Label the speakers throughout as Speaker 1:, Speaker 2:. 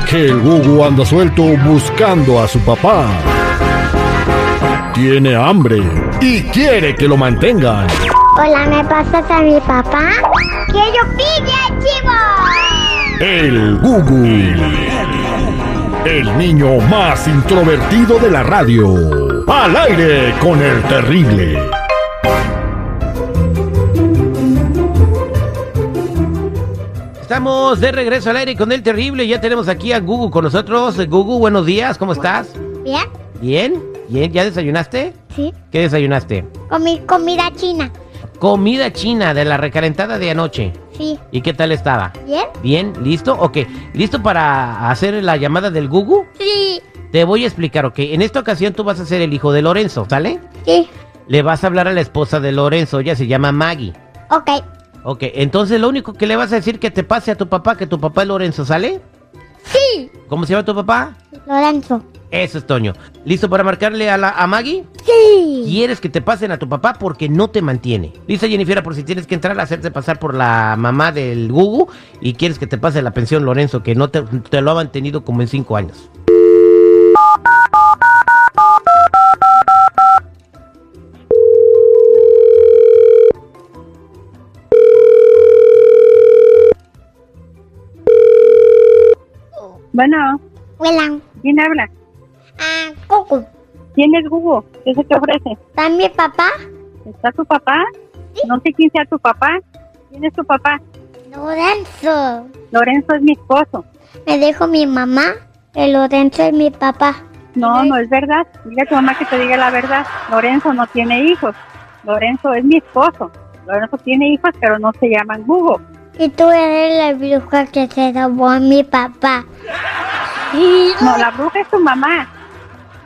Speaker 1: noche el Gugu anda suelto buscando a su papá. Tiene hambre y quiere que lo mantengan.
Speaker 2: Hola, ¿me pasas a mi papá? ¡Que yo pille, chivo!
Speaker 1: El Gugu. El niño más introvertido de la radio. Al aire con el terrible.
Speaker 3: Estamos de regreso al aire con el terrible. Ya tenemos aquí a Gugu con nosotros. Gugu, buenos días, ¿cómo estás?
Speaker 2: ¿Bien?
Speaker 3: ¿Bien? ¿Bien? ¿Ya desayunaste?
Speaker 2: Sí.
Speaker 3: ¿Qué desayunaste?
Speaker 2: Comí comida china.
Speaker 3: Comida china de la recalentada de anoche.
Speaker 2: Sí.
Speaker 3: ¿Y qué tal estaba?
Speaker 2: ¿Bien?
Speaker 3: ¿Bien? ¿Listo? Ok. ¿Listo para hacer la llamada del Gugu?
Speaker 2: Sí.
Speaker 3: Te voy a explicar, ok. En esta ocasión tú vas a ser el hijo de Lorenzo, ¿sale?
Speaker 2: Sí.
Speaker 3: Le vas a hablar a la esposa de Lorenzo, ella se llama Maggie.
Speaker 2: Ok.
Speaker 3: Ok, entonces lo único que le vas a decir que te pase a tu papá, que tu papá es Lorenzo, ¿sale?
Speaker 2: Sí.
Speaker 3: ¿Cómo se llama tu papá?
Speaker 2: Lorenzo.
Speaker 3: Eso es Toño. ¿Listo para marcarle a, la, a Maggie?
Speaker 2: Sí.
Speaker 3: Quieres que te pasen a tu papá porque no te mantiene. Lista Jennifer, por si tienes que entrar a hacerte pasar por la mamá del Gugu y quieres que te pase la pensión Lorenzo, que no te, te lo ha mantenido como en cinco años.
Speaker 4: Bueno,
Speaker 2: Hola.
Speaker 4: ¿quién habla?
Speaker 2: Ah, Cucu.
Speaker 4: ¿Quién es Gugu? ¿Qué se te ofrece?
Speaker 2: ¿Está mi papá?
Speaker 4: ¿Está tu papá? No sé quién sea tu papá. ¿Quién es tu papá?
Speaker 2: Lorenzo.
Speaker 4: Lorenzo es mi esposo.
Speaker 2: Me dijo mi mamá que Lorenzo es mi papá.
Speaker 4: No, no es verdad. Dile a tu mamá que te diga la verdad. Lorenzo no tiene hijos. Lorenzo es mi esposo. Lorenzo tiene hijos, pero no se llaman Gugu.
Speaker 2: Y tú eres la bruja que se robó a mi papá. Sí.
Speaker 4: No, la bruja es tu mamá.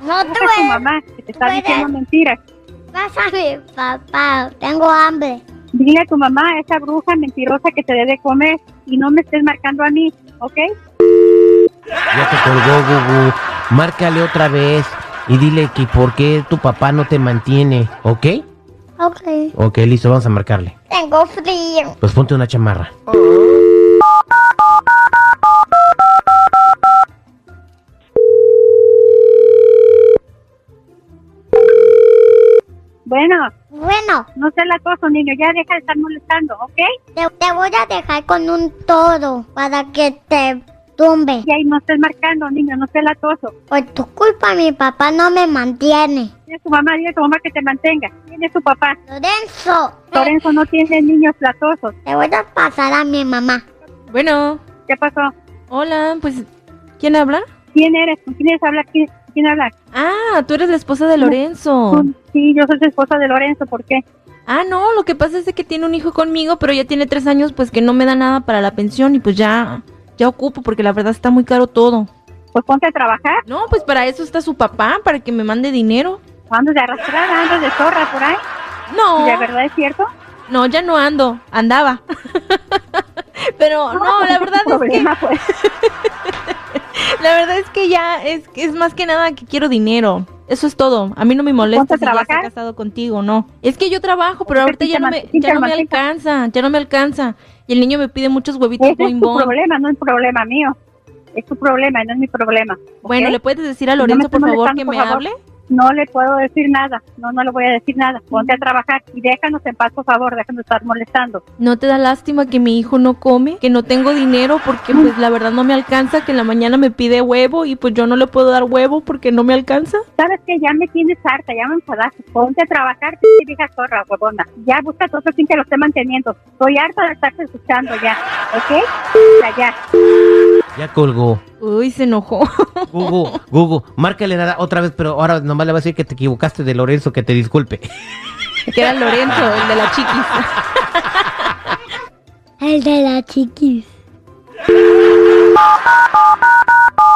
Speaker 2: No
Speaker 4: La
Speaker 2: tú
Speaker 4: bruja es tu
Speaker 2: eres.
Speaker 4: mamá, que te está
Speaker 2: tú eres.
Speaker 4: diciendo mentiras.
Speaker 2: Vas a mi papá. Tengo hambre.
Speaker 4: Dile a tu mamá, a esa bruja mentirosa, que te debe comer y no me estés marcando a mí, ¿ok?
Speaker 3: Ya te colgó Gugu. Márcale otra vez y dile que por qué tu papá no te mantiene, ¿ok?
Speaker 2: Ok.
Speaker 3: Ok, listo, vamos a marcarle.
Speaker 2: Tengo frío.
Speaker 3: Pues ponte una chamarra.
Speaker 4: Bueno,
Speaker 2: Bueno,
Speaker 4: no seas latoso, niño. Ya deja de estar molestando, ¿ok?
Speaker 2: te, te voy a dejar con un toro para que te tumbe.
Speaker 4: Y ahí no estés marcando, niño, no estés latoso.
Speaker 2: Por tu culpa mi papá no me mantiene.
Speaker 4: Dile a tu mamá, dile a tu mamá que te mantenga. ¿Quién es tu papá?
Speaker 2: Lorenzo,
Speaker 4: Lorenzo no tiene niños latosos.
Speaker 2: te voy a pasar a mi mamá.
Speaker 5: Bueno,
Speaker 4: ¿Qué pasó?
Speaker 5: hola, pues, ¿quién habla?
Speaker 4: ¿Quién eres? ¿Con quién quieres hablar? ¿Quién, quién habla?
Speaker 5: Ah, tú eres la esposa de Lorenzo.
Speaker 4: Tú- Sí, yo soy su esposa de Lorenzo, ¿por qué?
Speaker 5: Ah, no, lo que pasa es de que tiene un hijo conmigo, pero ya tiene tres años, pues que no me da nada para la pensión y pues ya, ya ocupo, porque la verdad está muy caro todo.
Speaker 4: Pues ponte a trabajar.
Speaker 5: No, pues para eso está su papá, para que me mande dinero.
Speaker 4: Andas de arrastrada, andas de zorra por ahí.
Speaker 5: No,
Speaker 4: ¿Y la verdad es cierto?
Speaker 5: no, ya no ando, andaba. pero Oh, no, la verdad es que,
Speaker 4: problema, pues.
Speaker 5: la verdad es que ya es, es más que nada que quiero dinero. Eso es todo. A mí no me
Speaker 4: ponte
Speaker 5: molesta
Speaker 4: a
Speaker 5: si ya está
Speaker 4: trabajar.
Speaker 5: casado contigo, no. Es que yo trabajo, pero
Speaker 4: Es que
Speaker 5: ahorita
Speaker 4: sí
Speaker 5: ya
Speaker 4: te
Speaker 5: no
Speaker 4: man-
Speaker 5: me,
Speaker 4: sí
Speaker 5: ya
Speaker 4: te
Speaker 5: no me
Speaker 4: mastico.
Speaker 5: alcanza, ya no me alcanza. Y el niño me pide muchos huevitos
Speaker 4: Ese es
Speaker 5: boing
Speaker 4: tu
Speaker 5: boing.
Speaker 4: problema, no es problema mío. Es tu problema, no es mi problema. ¿ok?
Speaker 5: Bueno, ¿le puedes decir a
Speaker 4: No me
Speaker 5: Lorenzo,
Speaker 4: estés
Speaker 5: por favor,
Speaker 4: molestando,
Speaker 5: que
Speaker 4: por
Speaker 5: me
Speaker 4: favor.
Speaker 5: hable?
Speaker 4: No le puedo decir nada, no, no le voy a decir nada. Ponte a trabajar y déjanos en paz, por favor, déjanos de estar molestando.
Speaker 5: ¿No te da lástima que mi hijo no come? Que no tengo dinero porque, pues, la verdad no me alcanza. Que en la mañana me pide huevo y, pues, yo no le puedo dar huevo porque no me alcanza.
Speaker 4: ¿Sabes que Ya me tienes harta, ya me enfadaste. Ponte a trabajar, vieja zorra, huevona. Ya, busca otro quien te lo esté manteniendo. Estoy harta de estarte escuchando ya, ¿ok? Ya, ya.
Speaker 3: Ya colgó.
Speaker 5: Uy, se enojó.
Speaker 3: Gugu, Gugu, márcale nada otra vez, pero ahora nomás le vas a decir que te equivocaste de Lorenzo, que te disculpe.
Speaker 5: que era Lorenzo, el de la chiquis.
Speaker 2: El de la chiquis.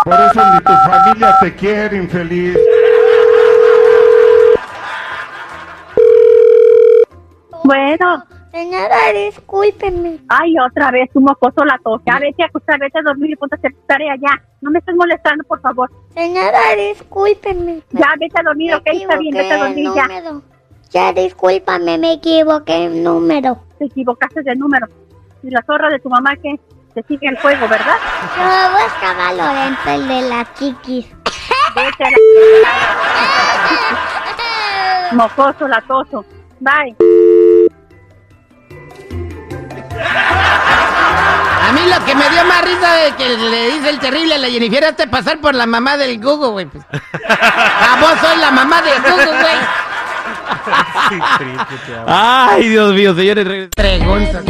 Speaker 6: Por eso ni tu familia te quiere, infeliz.
Speaker 4: Bueno,
Speaker 2: Señora, discúlpeme.
Speaker 4: ay, otra vez, un mocoso la tos. Ya, vete a acostar, vete a dormir y ponte a hacer tu tarea ya. No me estés molestando, por favor.
Speaker 2: Señora, discúlpeme.
Speaker 4: Ya, vete a dormir,
Speaker 2: Me
Speaker 4: ok, está bien, vete
Speaker 2: equivoqué
Speaker 4: a dormir
Speaker 2: el
Speaker 4: ya.
Speaker 2: número. Ya, discúlpame, me equivoqué el número.
Speaker 4: Te equivocaste de número. ¿Y la zorra de tu mamá qué? te sigue el juego, ¿verdad?
Speaker 2: Yo buscaba a Lorenzo, el de las chiquis.
Speaker 4: Vete a la... Mocoso, latoso. Bye.
Speaker 3: A mí lo que me dio más risa de que le dice el terrible a la Jennifer es pasar por la mamá del Google, güey. pues. A vos soy la mamá del Google, güey.
Speaker 7: Sí, triste, te amo.
Speaker 3: Ay, Dios mío, señores. Preguntas.